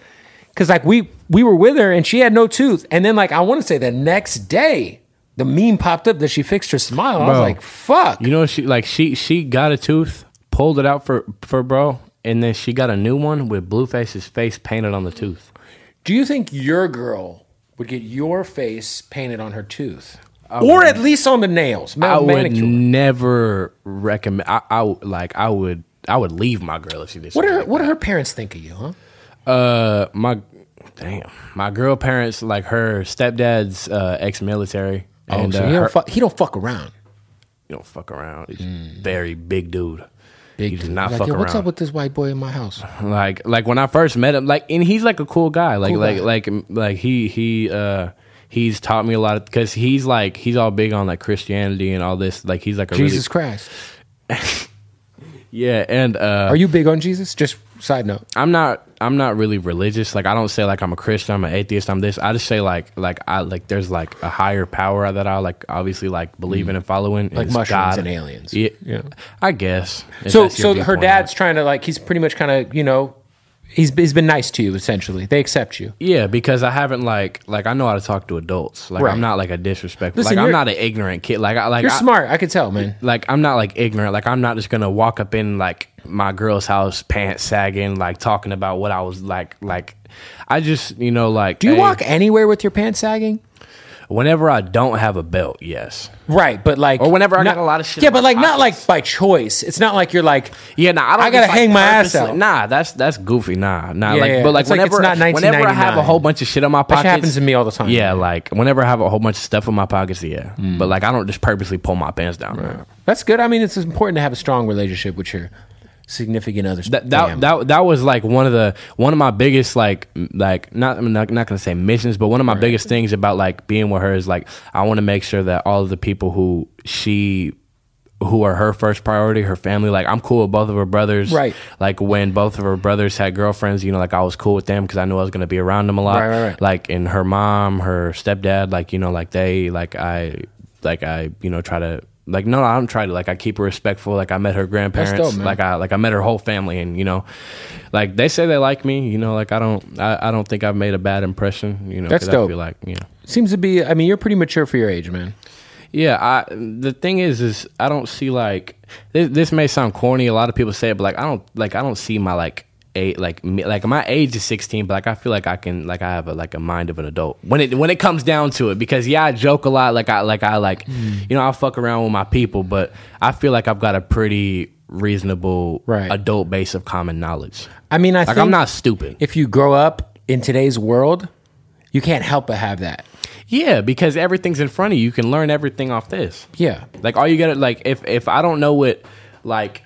A: because like we we were with her and she had no tooth, and then like I want to say the next day the meme popped up that she fixed her smile. I was
B: Bro.
A: like, fuck.
B: You know, she like she she got a tooth, pulled it out for for bro, and then she got a new one with Blueface's face painted on the tooth.
A: Do you think your girl would get your face painted on her tooth, or at least on the nails? ma-
B: I would
A: manicure.
B: never recommend. I, I would- like I would I would leave my girl if she did.
A: What
B: something
A: are
B: like
A: what do her parents think of you, huh?
B: Uh, my damn, my girl parents like her stepdad's uh, ex military. And,
A: oh, so
B: uh,
A: he don't
B: her-
A: fuck. He don't fuck around.
B: you don't fuck around. He's very big dude.
A: Hmm. Big
B: he does
A: dude.
B: not
A: Like,
B: fuck
A: yo,
B: around.
A: What's up with this white boy in my house?
B: like like when I first met him, like and he's like a cool guy. Like
A: Cool
B: like
A: guy.
B: like like he he uh he's taught me a lot because he's like he's all big on like Christianity and all this. Like he's like a
A: Jesus Christ.
B: really, yeah. And uh,
A: Are you big on Jesus? Just side note.
B: I'm not I'm not really religious. Like I don't say like I'm a Christian, I'm an atheist, I'm this. I just say like like I like there's like a higher power that I like obviously like believe in and follow in. and
A: Mm. Like
B: it's
A: mushrooms and aliens.
B: Yeah,
A: Yeah.
B: I guess. if
A: So
B: that's your
A: so her
B: viewpoint.
A: dad's trying to like he's pretty much kind of you know he's he's been nice to you essentially. They accept you.
B: Yeah, because I haven't like like I know how to talk to adults. Like
A: Right.
B: I'm not like a disrespectful.
A: Listen,
B: like I'm
A: you're-
B: not an ignorant kid. Like I like
A: You're
B: I,
A: smart. I could tell, man.
B: Like I'm not like ignorant. Like I'm not just gonna walk up in like my girl's house, pants sagging, like talking about what I was like. Like I just you know like
A: Do you
B: hey-
A: walk anywhere with your pants sagging?
B: Whenever I don't have a belt, yes.
A: Right, but like,
B: Or whenever I
A: not-
B: got a lot of shit
A: Yeah,
B: in
A: but
B: my
A: like, not
B: pockets.
A: like by choice. It's not like you're like,
B: Yeah, nah, I don't.
A: I gotta
B: just, like,
A: hang my ass
B: purposely-
A: out.
B: Nah, that's that's goofy. Nah, nah.
A: Yeah,
B: like,
A: yeah,
B: but like
A: it's like it's
B: whenever,
A: not
B: whenever I have a
A: 1999.
B: whole bunch of shit in my
A: That shit
B: pockets,
A: happens to me all the time.
B: Yeah, like whenever I have a whole bunch of stuff in my pockets, yeah. But like I don't just purposely pull my pants down.
A: That's good. I mean, it's important to have a strong relationship with your significant other.
B: That that,
A: Damn.
B: that that was like one of the one of my biggest like m- like not I'm not, not gonna say missions, but one of my biggest things about like being with her is like I want to make sure that all of the people who she who are her first priority, her family, like I'm cool with both of her brothers.
A: Right.
B: Like when both of her brothers had girlfriends, you know, like I was cool with them because I knew I was gonna be around them a lot.
A: Right, right, right.
B: Like and her mom, her stepdad, like you know, like they, like I, like I, you know, try to. Like no, I don't try to. Like I keep her respectful. Like I met her grandparents.
A: dope, man.
B: like I like I met her whole family, and you know, like they say they like me. You know, like I don't I, I don't think I've made a bad impression. You know,
A: That's
B: 'cause I
A: dope.
B: feel like you know.
A: seems to be. I mean, you're pretty mature for your age, man.
B: Yeah, I the thing is is I don't see like this, this may sound corny a lot of people say it but like I don't like I don't see my like eight like me, like my age is 16 but like I feel like I can like I have a like a mind of an adult when it when it comes down to it because yeah I joke a lot like I like I like
A: Mm.
B: you know I fuck around with my people but I feel like I've got a pretty reasonable
A: Right.
B: adult base of common knowledge.
A: I mean, I
B: Like
A: think
B: I'm not stupid.
A: If you grow up in today's world, you can't help but have that.
B: yeah, because everything's in front of you. You can learn everything off this.
A: Yeah,
B: Like all you gotta like if if I don't know what like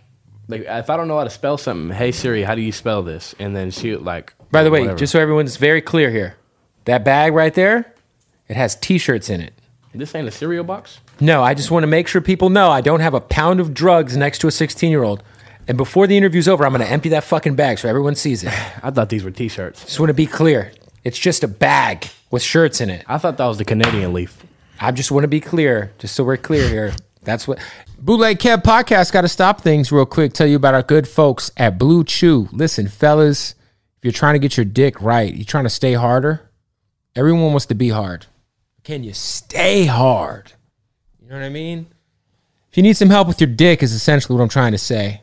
B: like if I don't know how to spell something, hey Siri, how do you spell this? And then she like
A: By the way,
B: whatever.
A: just so everyone's very clear here, that bag right there, it has T-shirts in it.
B: this ain't a cereal box.
A: No, I just want to make sure people know I don't have a pound of drugs next to a 16-year-old. And before the interview's over, I'm going to empty that fucking bag so everyone sees it.
B: I thought these were t-shirts.
A: Just want to be clear, it's just a bag with shirts in it.
B: I thought that was the Canadian leaf.
A: I just want to be clear, just so we're clear here. That's what Bootleg Kev Podcast got to stop things real quick. Tell you about our good folks at Blue Chew. Listen, fellas, if you're trying to get your dick right, you're trying to stay harder. Everyone wants to be hard. Can you stay hard? You know what I mean? If you need some help with your dick, is essentially what I'm trying to say.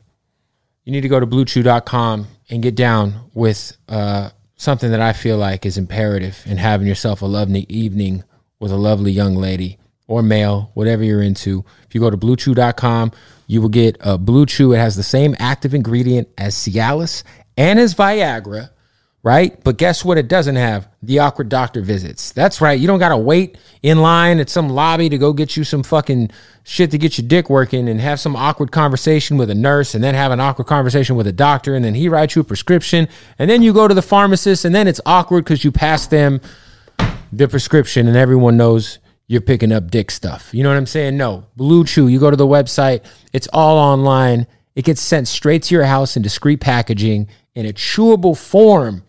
A: You need to go to bluechew.com and get down with uh, something that I feel like is imperative in having yourself a lovely evening with a lovely young lady or male, whatever you're into. If you go to bluechew.com, you will get uh, Blue Chew. It has the same active ingredient as Cialis and as Viagra right? But guess what? It doesn't have the awkward doctor visits. That's right. You don't got to wait in line at some lobby to go get you some fucking shit to get your dick working and have some awkward conversation with a nurse and then have an awkward conversation with a doctor and then he writes you a prescription and then you go to the pharmacist and then it's awkward because you pass them the prescription and everyone knows you're picking up dick stuff. You know what I'm saying? No. Blue Chew, you go to the website, it's all online. It gets sent straight to your house in discreet packaging in a chewable form.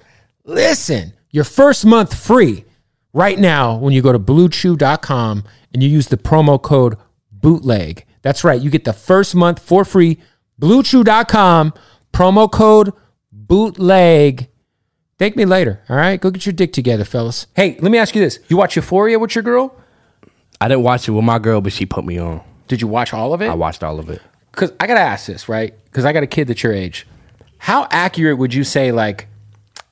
A: Listen, your first month free right now when you go to bluechew.com and you use the promo code bootleg. That's right, you get the first month for free. Bluechew.com, promo code bootleg. Thank me later. All right, go get your dick together, fellas. Hey, let me ask you this: You watch Euphoria with your girl?
B: I didn't watch it with my girl, but she put me on.
A: Did you watch all of
B: I
A: it?
B: watched all of it.
A: Because I gotta ask this, right? Because I got a kid that's your age. How accurate would you say, like?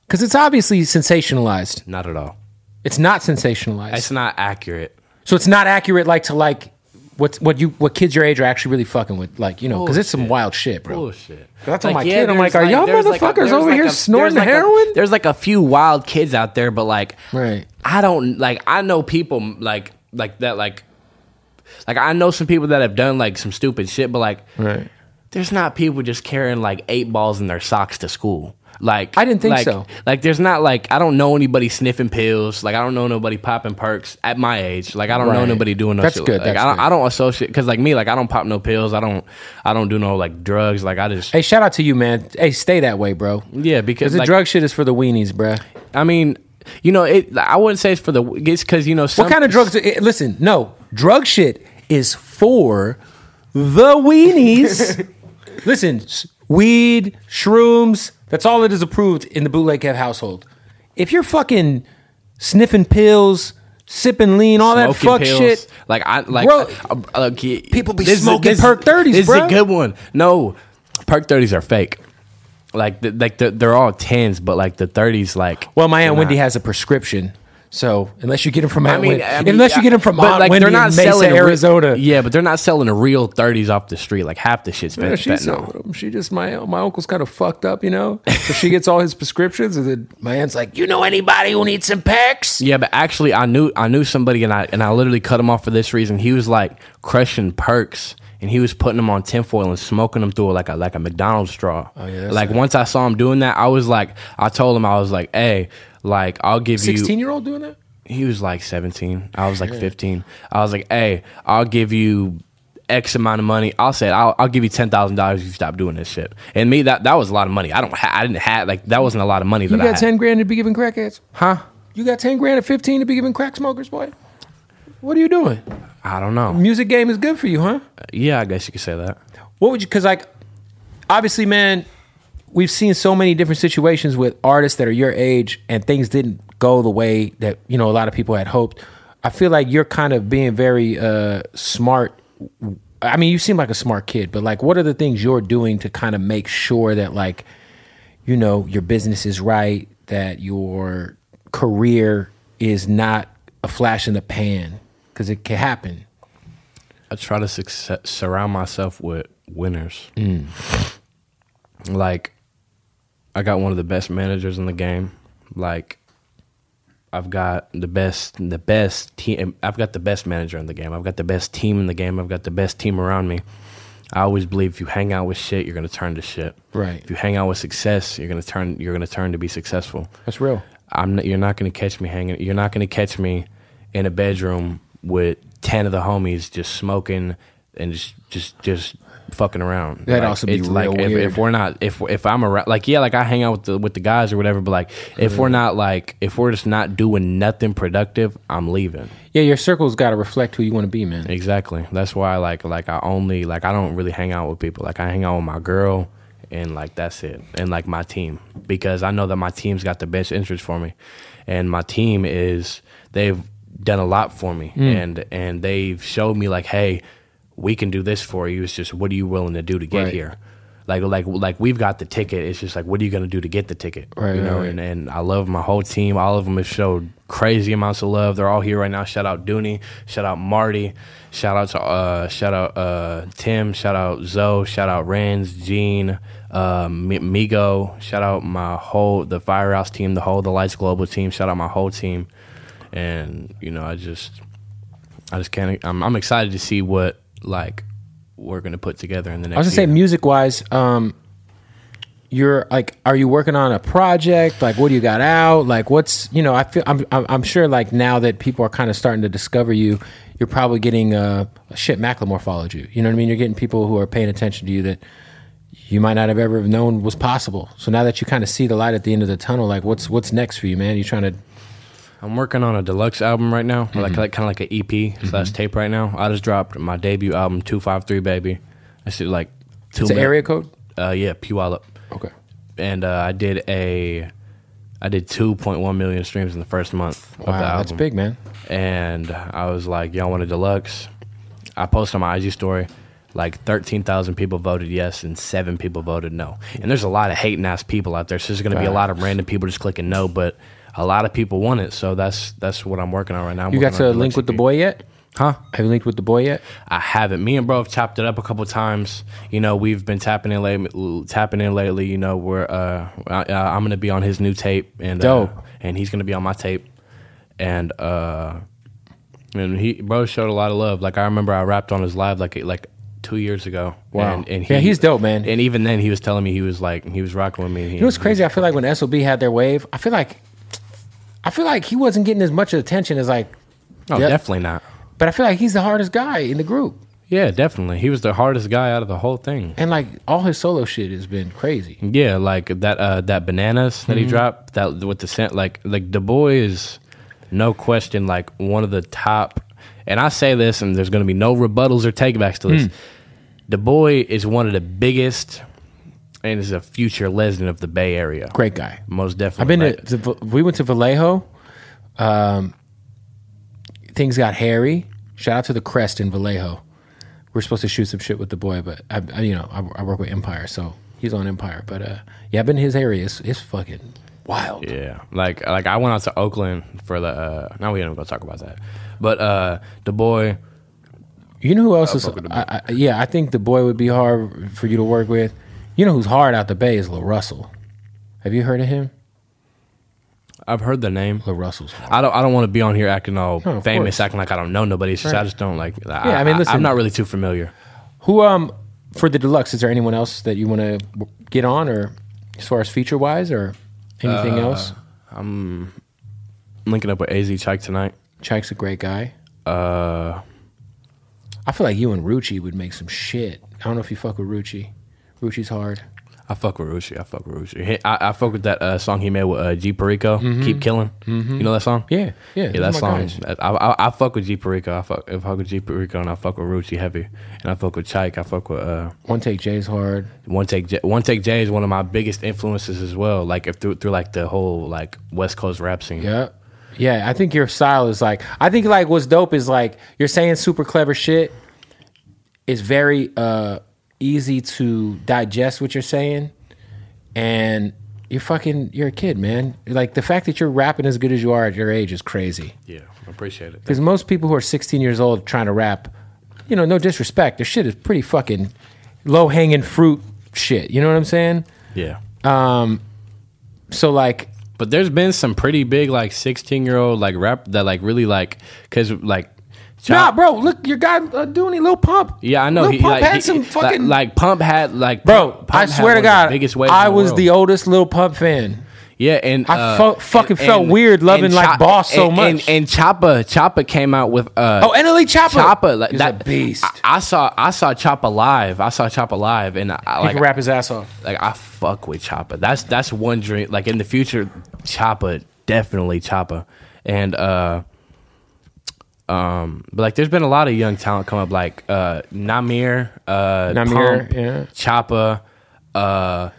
A: Because it's obviously sensationalized.
B: Not at all.
A: It's not sensationalized,
B: It's not accurate.
A: so it's not accurate, like to like what what you what kids your age are actually really fucking with, like you know, because it's some wild shit, bro.
B: Bullshit.
A: That's on my kid. I'm like, are y'all
B: there's a-
A: motherfuckers
B: there's
A: over here
B: a-
A: snorting
B: there's like a-
A: heroin?
B: there's like a few wild kids out there, but like,
A: Right.
B: I don't like. I know people like like that like. Like I know some people that have done like some stupid shit, but like,
A: Right.
B: there's not people just carrying like eight balls in their socks to school. Like
A: I didn't think
B: like-
A: so.
B: Like there's not like I don't know anybody sniffing pills. Like I don't know nobody popping perks at my age. Like I don't know
A: Right.
B: nobody doing no
A: That's
B: shit.
A: good,
B: Like,
A: that's
B: I don't,
A: good.
B: I don't associate because like me, like I don't pop no pills. I don't. I don't do no like drugs. Like I just
A: Hey, shout out to you, man. Hey, stay that way, bro.
B: yeah, because
A: Because the
B: like,
A: drug shit is for the weenies, bruh.
B: I mean, you know, it. I wouldn't say it's for the. It's because you know some,
A: What kind of drugs? eh, Listen, no, drug shit is for the
B: [laughs]
A: weenies. listen, s- weed, shrooms. That's all that is approved in the bootleg Kev household. If you're fucking sniffing pills, sipping lean, all that
B: smoking
A: fuck
B: pills.
A: shit.
B: Like I like
A: Bro,
B: uh, uh, yeah,
A: people be
B: this is-
A: smoking
B: this is-
A: Perk 30s,
B: This is
A: bruh.
B: a good one. No, perk thirties are fake. Like th- like the, they're all tens, but like the thirties, like
A: Well, my aunt
B: Nah.
A: Wendy has a prescription. So unless you get them from
B: I
A: Aunt
B: mean,
A: Wendy,
B: I mean,
A: unless you
B: I-
A: get them from
B: but,
A: Aunt Wendy in Mesa,
B: selling a re-
A: Arizona,
B: yeah, but they're not selling a real thirties off the street. Like half the shit's
A: Yeah,
B: fent-
A: she's
B: fentanyl.
A: so- she just my my uncle's kind of fucked up, you know. So she gets all his prescriptions, and then my aunt's like, "You know anybody who needs some packs?"
B: Yeah, but actually, I knew I knew somebody, and I and I literally cut him off for this reason. He was like crushing perks, and he was putting them on tinfoil and smoking them through like a like a McDonald's straw. Oh
A: yeah, that's
B: Like
A: right.
B: once I saw him doing that, I was like, I told him I was like, hey, like I'll give you.
A: Sixteen year old doing that?
B: He was like seventeen. I was like fifteen. I was like, hey, I'll give you. X amount of money. I'll say I'll, I'll give you ten thousand dollars if you stop doing this shit. And me, that that was a lot of money. I don't, ha- I didn't have like that wasn't a lot of money
A: You
B: that I
A: got
B: had.
A: ten grand to be giving crackheads,
B: huh?
A: You got ten grand at fifteen to be giving crack smokers, boy. What are you doing?
B: I don't know.
A: Music game is good for you, huh?
B: Yeah, I guess you could say that.
A: What would you? Because like, obviously, man, we've seen so many different situations with artists that are your age, and things didn't go the way that you know a lot of people had hoped. I feel like you're kind of being very uh, smart. I mean, you seem like a smart kid, but like, what are the things you're doing to kind of make sure that like, you know, your business is right, that your career is not a flash in the pan, because it can happen.
B: I try to success, surround myself with winners. Like, I got one of the best managers in the game. Like, I've got the best, the best team. I've got the best manager in the game. I've got the best team in the game. I've got the best team around me. I always believe if you hang out with shit, you're gonna turn to shit.
A: Right.
B: If you hang out with success, you're gonna turn. You're gonna turn to be successful.
A: That's real.
B: I'm not, you're not going to catch me hanging. You're not going to catch me in a bedroom with ten of the homies just smoking and just just just fucking around.
A: That'd also be
B: it's
A: real
B: like if,
A: weird.
B: if we're not if if I'm around like yeah like I hang out with the with the guys or whatever, but like if
A: Mm.
B: we're not like if we're just not doing nothing productive, I'm leaving.
A: Yeah, your circle's got to reflect who you want to be, man.
B: Exactly. That's why like like I only like I don't really hang out with people. Like I hang out with my girl and like that's it. And like my team because I know that my team's got the best interest for me. And my team is they've done a lot for me and and they've showed me like hey, we can do this for you. It's just what are you willing to do to get
A: Right.
B: here? Like like like we've got the ticket. It's just like what are you going to do to get the ticket?
A: Right,
B: you know,
A: right,
B: and and I love my whole team. All of them have showed crazy amounts of love. They're all here right now. Shout out Dooney. Shout out Marty. Shout out to uh, shout out uh, Tim. Shout out Zoe. Shout out Renz, Gene, uh, Mi- Migo. Shout out my whole the Firehouse team, the whole the Lights Global team. Shout out my whole team. And you know, I just I just can't. I'm, I'm excited to see what like we're gonna put together in the next.
A: I was gonna say,
B: year.
A: music wise, um, you're like, are you working on a project? Like, what do you got out? Like, what's you know? I feel I'm I'm, I'm sure like now that people are kind of starting to discover you, you're probably getting uh shit. Macklemore followed you. You know what I mean? You're getting people who are paying attention to you that you might not have ever known was possible. So now that you kind of see the light at the end of the tunnel, like what's what's next for you, man? You trying to
B: I'm working on a deluxe album right now, or
A: Mm-hmm.
B: like like kind of like an EP slash tape right now. I just dropped my debut album, Two Five Three Baby. I should like two
A: it's an
B: mil-
A: area code?
B: Uh, yeah, Puyallup,
A: Okay.
B: and uh, I did a, I did 2.1 million streams in the first month of the
A: Wow,
B: album
A: that's big, man.
B: and I was like, "Y'all want a deluxe?" I posted on my IG story, like thirteen thousand people voted yes and seven people voted no. And there's a lot of hating ass people out there, so there's gonna be a lot of random people just clicking no, but a lot of people want it, so that's that's what I'm working on right now. I'm
A: You got
B: working on
A: to
B: a
A: link
B: deluxe
A: with the
B: EP.
A: boy yet?
B: huh?
A: Have you linked with the boy yet?
B: I haven't. Me and bro have chopped it up a couple times. You know, we've been tapping in lately. Tapping in lately. You know, we're uh, I, I- I'm gonna be on his new tape and uh,
A: Dope.
B: and he's gonna be on my tape, and uh, and he bro showed a lot of love. Like I remember I rapped on his live like like two years ago.
A: Wow.
B: And, and
A: Yeah, he's dope, man.
B: And even then, he was telling me he was like he was rocking with me.
A: You know what's crazy? I feel like when SOB had their wave, I feel like I feel like he wasn't getting as much attention as like
B: Oh,
A: Yeah.
B: definitely not.
A: but I feel like he's the hardest guy in the group.
B: Yeah, definitely. He was the hardest guy out of the whole thing.
A: And like all his solo shit has been crazy.
B: Yeah, like that uh that bananas
A: Mm-hmm.
B: that he dropped that with the scent like like Du Bois is no question like one of the top and I say this and there's gonna be no rebuttals or takebacks to
A: Mm.
B: this. Du Bois is one of the biggest and is a future legend of the Bay Area.
A: Great guy.
B: Most
A: I've
B: definitely.
A: been
B: Like,
A: to, to we went to Vallejo. Um things got hairy. Shout out to the crest in Vallejo. We're supposed to shoot some shit with the boy, but I, I you know, I, I work with Empire, so he's on Empire. But uh yeah, I've been in his area. It's, it's fucking wild.
B: Yeah, like like I went out to Oakland for the. Uh, now we didn't go talk about that, but uh, the boy.
A: You know who else is?
B: fuck with the
A: I, I, yeah, I think the boy would be hard for you to work with. You know who's hard out the bay is Lil Russell. Have you heard of him?
B: I've heard the name.
A: Lil Russell's hard.
B: I don't. I don't want to be on here acting all
A: No, of
B: famous,
A: course.
B: acting like I don't know nobody. It's just I
A: Right.
B: just don't like.
A: I
B: Yeah, I,
A: mean,
B: mean, listen, I,
A: listen.
B: am not really too familiar.
A: Who um for the deluxe? Is there anyone else that you want to get on, or as far as feature wise, or anything else?
B: I'm linking up with Az Chike tonight.
A: Chike's a great guy. Uh, I feel like you and Rucci would make some shit. I don't know if you fuck with Rucci. Rucci's hard.
B: I fuck with Rushi. I fuck with Rushi. He- I, I fuck with that uh, song he made with uh, G Perico. Keep killing. You know that song?
A: Mm-hmm. Yeah, yeah,
B: Yeah,
A: those are
B: that
A: my
B: song.
A: guys.
B: that- I, I, I fuck with G Perico. I fuck, I fuck with G Perico and I fuck with Ruchi heavy. And I fuck with Chike. I fuck with uh,
A: One take Jay's hard.
B: One Take J. One Take J is one of my biggest influences as well. Like if through through like the whole like West Coast rap scene.
A: Yeah. Yeah, I think your style is like I think like what's dope is like you're saying super clever shit. It's very uh easy to digest what you're saying. And you're fucking you're a kid, man. Like the fact that you're rapping as good as you are at your age is crazy.
B: Yeah, I appreciate it.
A: Because most people who are 16 years old trying to rap, you know, no disrespect, their shit is pretty fucking low hanging fruit shit. You know what I'm saying?
B: Yeah.
A: So like
B: But there's been some pretty big like 16 year old like rap that like really like because like.
A: Nah,
B: child-
A: bro. Look, your guy uh, Dooney, Lil Pump.
B: Yeah, I know.
A: Lil
B: He,
A: Pump
B: like,
A: had
B: he-
A: some
B: like-
A: fucking
B: like, Pump had like
A: bro.
B: Pump
A: I
B: had
A: swear
B: one
A: to
B: of the
A: God,
B: biggest waves
A: I
B: in
A: was
B: world.
A: the oldest Lil Pump fan.
B: Yeah, and
A: I
B: uh,
A: felt- fucking felt weird loving, like,
B: Chop-
A: Boss so
B: and-
A: much.
B: And, and Choppa Choppa came out with uh,
A: Oh, NLE Choppa.
B: Choppa like
A: He's
B: that
A: a beast.
B: I, I saw I saw Choppa live. I saw Choppa live, and I
A: he
B: like
A: can rap his ass off.
B: like I fuck with Choppa. That's that's one dream. Like in the future, Choppa definitely Choppa, and uh, um, but like there's been a lot of young talent come up, like uh, Namir, uh,
A: Namir,
B: Pump,
A: yeah.
B: Choppa, uh,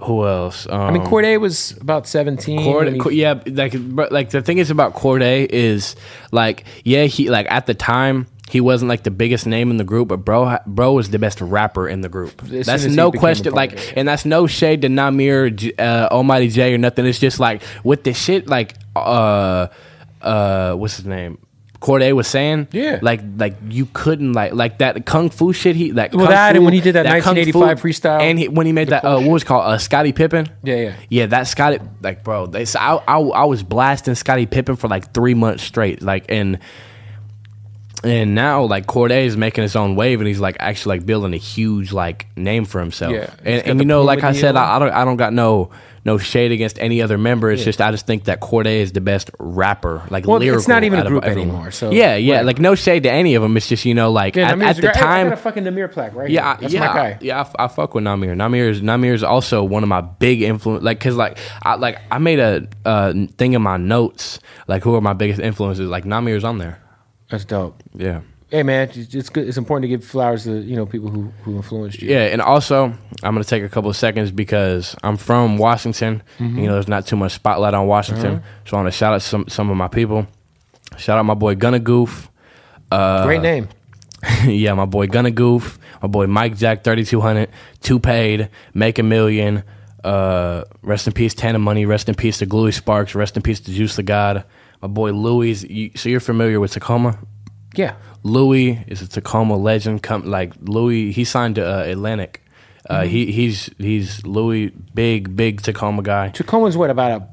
B: who else? Um,
A: I mean, Corday was about seventeen.
B: Cord-
A: when he-
B: Co- yeah, like but, like the thing is about Corday is like yeah he like at the time he wasn't like the biggest name in the group, but bro bro was the best rapper in the group.
A: soon
B: that's
A: as he
B: no
A: became a
B: question.
A: part
B: Like
A: of it, yeah.
B: and that's no shade to Namir, or J- uh, Almighty J or nothing. It's just like with the shit like uh uh what's his name. Corday was saying,
A: Yeah.
B: like, like you couldn't like, like that kung fu shit. He like,
A: Well,
B: kung
A: that
B: fu,
A: and when he did that
B: kung fu-
A: 1985 freestyle,
B: and he, when he made
A: the
B: that,
A: cool
B: uh, what was it called, uh, Scotty Pippen,
A: Yeah, yeah.
B: yeah, that Scotty, like, bro, they, so I, I, I was blasting Scotty Pippen for like three months straight, like, and and now like Corday is making his own wave, and he's like actually like building a huge like name for himself.
A: Yeah. He's
B: and,
A: got
B: and
A: the
B: you know,
A: Puma
B: like I said,
A: deal.
B: I, I don't, I don't got no no shade against any other member. It's just I just think that Corday is the best rapper, like
A: Well, it's
B: lyrical.
A: not even a
B: out of
A: group
B: everyone.
A: anymore, so
B: yeah, yeah,
A: whatever.
B: like no shade to any of them. It's just you know, like
A: Yeah,
B: at,
A: Namir's
B: at
A: a
B: the
A: great- I
B: time,
A: got a fucking Namir plaque right
B: yeah,
A: here. That's
B: yeah,
A: my guy.
B: I, yeah, I, f- I fuck with Namir. Namir is Namir is also one of my big influence. Like, cause like I like I made a uh, thing in my notes. Like, who are my biggest influences? Like Namir is on there.
A: That's dope.
B: Yeah,
A: Hey man, it's it's good. It's important to give flowers to you know people who who influenced you.
B: yeah, and also I'm gonna take a couple of seconds because I'm from Washington.
A: Mm-hmm.
B: You know, there's not too much spotlight on Washington,
A: Uh-huh.
B: so I want to shout out some some of my people. Shout out my boy Gunna Goof.
A: Great name.
B: [laughs] yeah, my boy Gunna Goof, my boy Mike Jack 3200, Two Paid, Make a Million, uh, rest in peace Tana Money, rest in peace to Gluey Sparks, rest in peace to Juice the God, my boy Louis. You, so you're familiar with Tacoma?
A: Yeah.
B: Louis is a Tacoma legend. Come like Louis, he signed to uh, Atlantic. Uh, He he's he's Louis, big big Tacoma guy.
A: Tacoma's what about a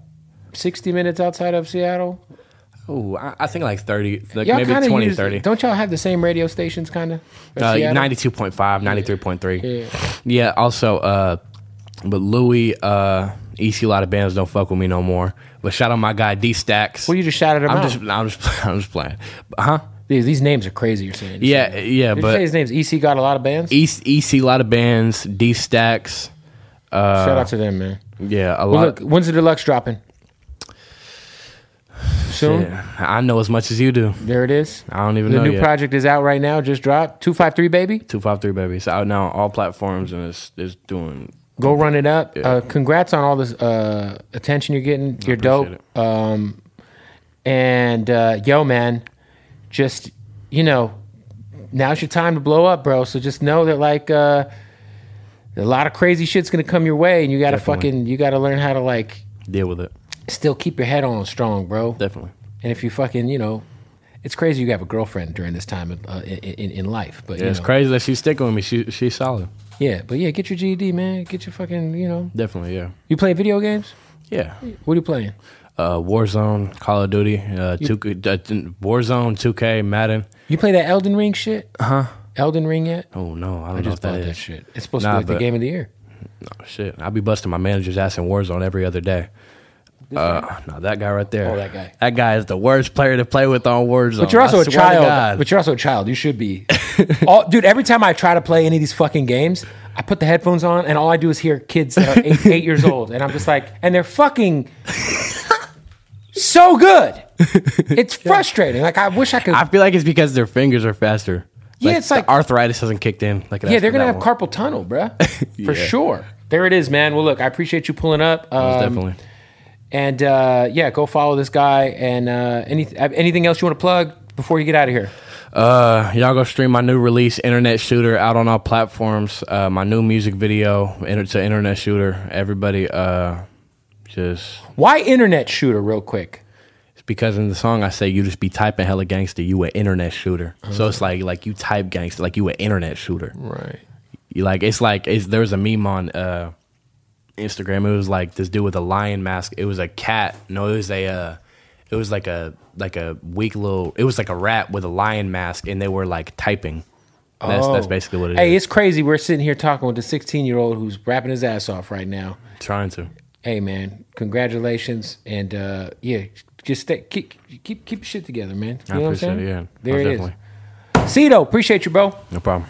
A: sixty minutes outside of Seattle?
B: Ooh, I, I think like thirty, like
A: Y'all
B: maybe
A: kinda
B: 20,
A: use-
B: 30.
A: Don't y'all have the same radio stations kind of?
B: Uh, 92.5, 93.3.
A: Yeah.
B: Yeah. also, uh, but Louis, uh, EC, a lot of bands don't fuck with me no more. But shout out my guy D Stacks.
A: Well, you just shouted him
B: I'm
A: out.
B: just, I'm just, [laughs] I'm just playing. Huh?
A: These, these names are crazy. You're saying.
B: Yeah, yeah.
A: Did you say his
B: But
A: name's EC? Got a lot of bands.
B: EC, EC, a lot of bands. D Stacks.
A: Shout out to them, man.
B: Yeah, a Uh, lot.
A: Well, look, when's the deluxe dropping? Soon.
B: Yeah, I know as much as you do.
A: There it is.
B: I don't even
A: The
B: know
A: new
B: yet.
A: project is out right now. Just dropped. Two five three baby.
B: Two five three baby. It's out now on all platforms and it's it's doing.
A: Go run it up. Uh, congrats on all this uh, attention you're getting. You're dope.
B: appreciate
A: Um, and uh, yo, man, just you know, now's your time to blow up, bro. So just know that like uh, a lot of crazy shit's gonna come your way, and you gotta
B: Definitely.
A: fucking you gotta learn how to like
B: Deal with it.
A: Still keep your head on strong, bro.
B: Definitely.
A: And if you fucking, you know, it's crazy you have a girlfriend during this time in, uh, in, in, in life. But
B: Yeah,
A: you
B: it's
A: know.
B: crazy that she's sticking with me. She she's solid.
A: Yeah, but yeah, get your GED, man. Get your fucking, you know.
B: Definitely, yeah.
A: You playing video games?
B: Yeah.
A: What are you playing?
B: Uh, Warzone, Call of Duty, uh, two, K- uh, Warzone, 2K, Madden.
A: You play that Elden Ring shit?
B: Uh-huh.
A: Uh huh. Elden Ring yet?
B: Oh no, I don't
A: I
B: know
A: just
B: if that
A: bought
B: is.
A: that shit. It's supposed
B: Nah,
A: to be like the
B: but-
A: game of the year.
B: Oh, shit, I'll be busting my manager's ass in Warzone every other day. Uh, no, that guy right there.
A: Oh, that guy.
B: That guy is the worst player to play with on Warzone.
A: But you're also
B: a
A: a child. But you're also a child. You should
B: [laughs]
A: be. all, dude, every time I try to play any of these fucking games, I put the headphones on and all I do is hear kids that are eight, eight years old. And I'm just like, and they're
B: [laughs]
A: fucking so good. It's frustrating. Like, I wish I could.
B: I feel like it's because their fingers are faster.
A: Yeah, it's
B: the
A: like-
B: arthritis hasn't kicked in. Like it
A: yeah,
B: has
A: they're
B: for
A: going to
B: that
A: have
B: one.
A: carpal tunnel,
B: [laughs]
A: bruh. For
B: Yeah.
A: sure. There it is, man. Well, look, I appreciate you pulling up. Um,
B: Most definitely.
A: And uh, yeah, go follow this guy. And uh, any, anything else you want to plug before you get out of here?
B: Uh, y'all go stream my new release, Internet Shooter, out on all platforms. Uh, my new music video, inter- to Internet Shooter. Everybody, uh, just
A: Why internet shooter, real quick?
B: it's because in the song I say you just be typing hella gangster, you an Internet Shooter. So it's like like you type gangster, like you an Internet Shooter.
A: Right.
B: You like it's like it's, there was a meme on uh, Instagram. It was like this dude with a lion mask. It was a cat. No, it was a. Uh, it was like a like a weak little. It was like a rat with a lion mask, and they were like typing. That's that's
A: Oh.
B: basically what it is.
A: Hey, it's crazy. We're sitting here talking with a 16 year old who's rapping his ass off right now.
B: Trying to.
A: Hey, man, congratulations, and uh, yeah, just stay, keep keep keep your shit together, man. You
B: I
A: know what I'm
B: appreciate
A: saying?
B: it. Yeah.
A: there
B: Most
A: it is.
B: definitely.
A: Cito, appreciate you, bro.
B: No problem.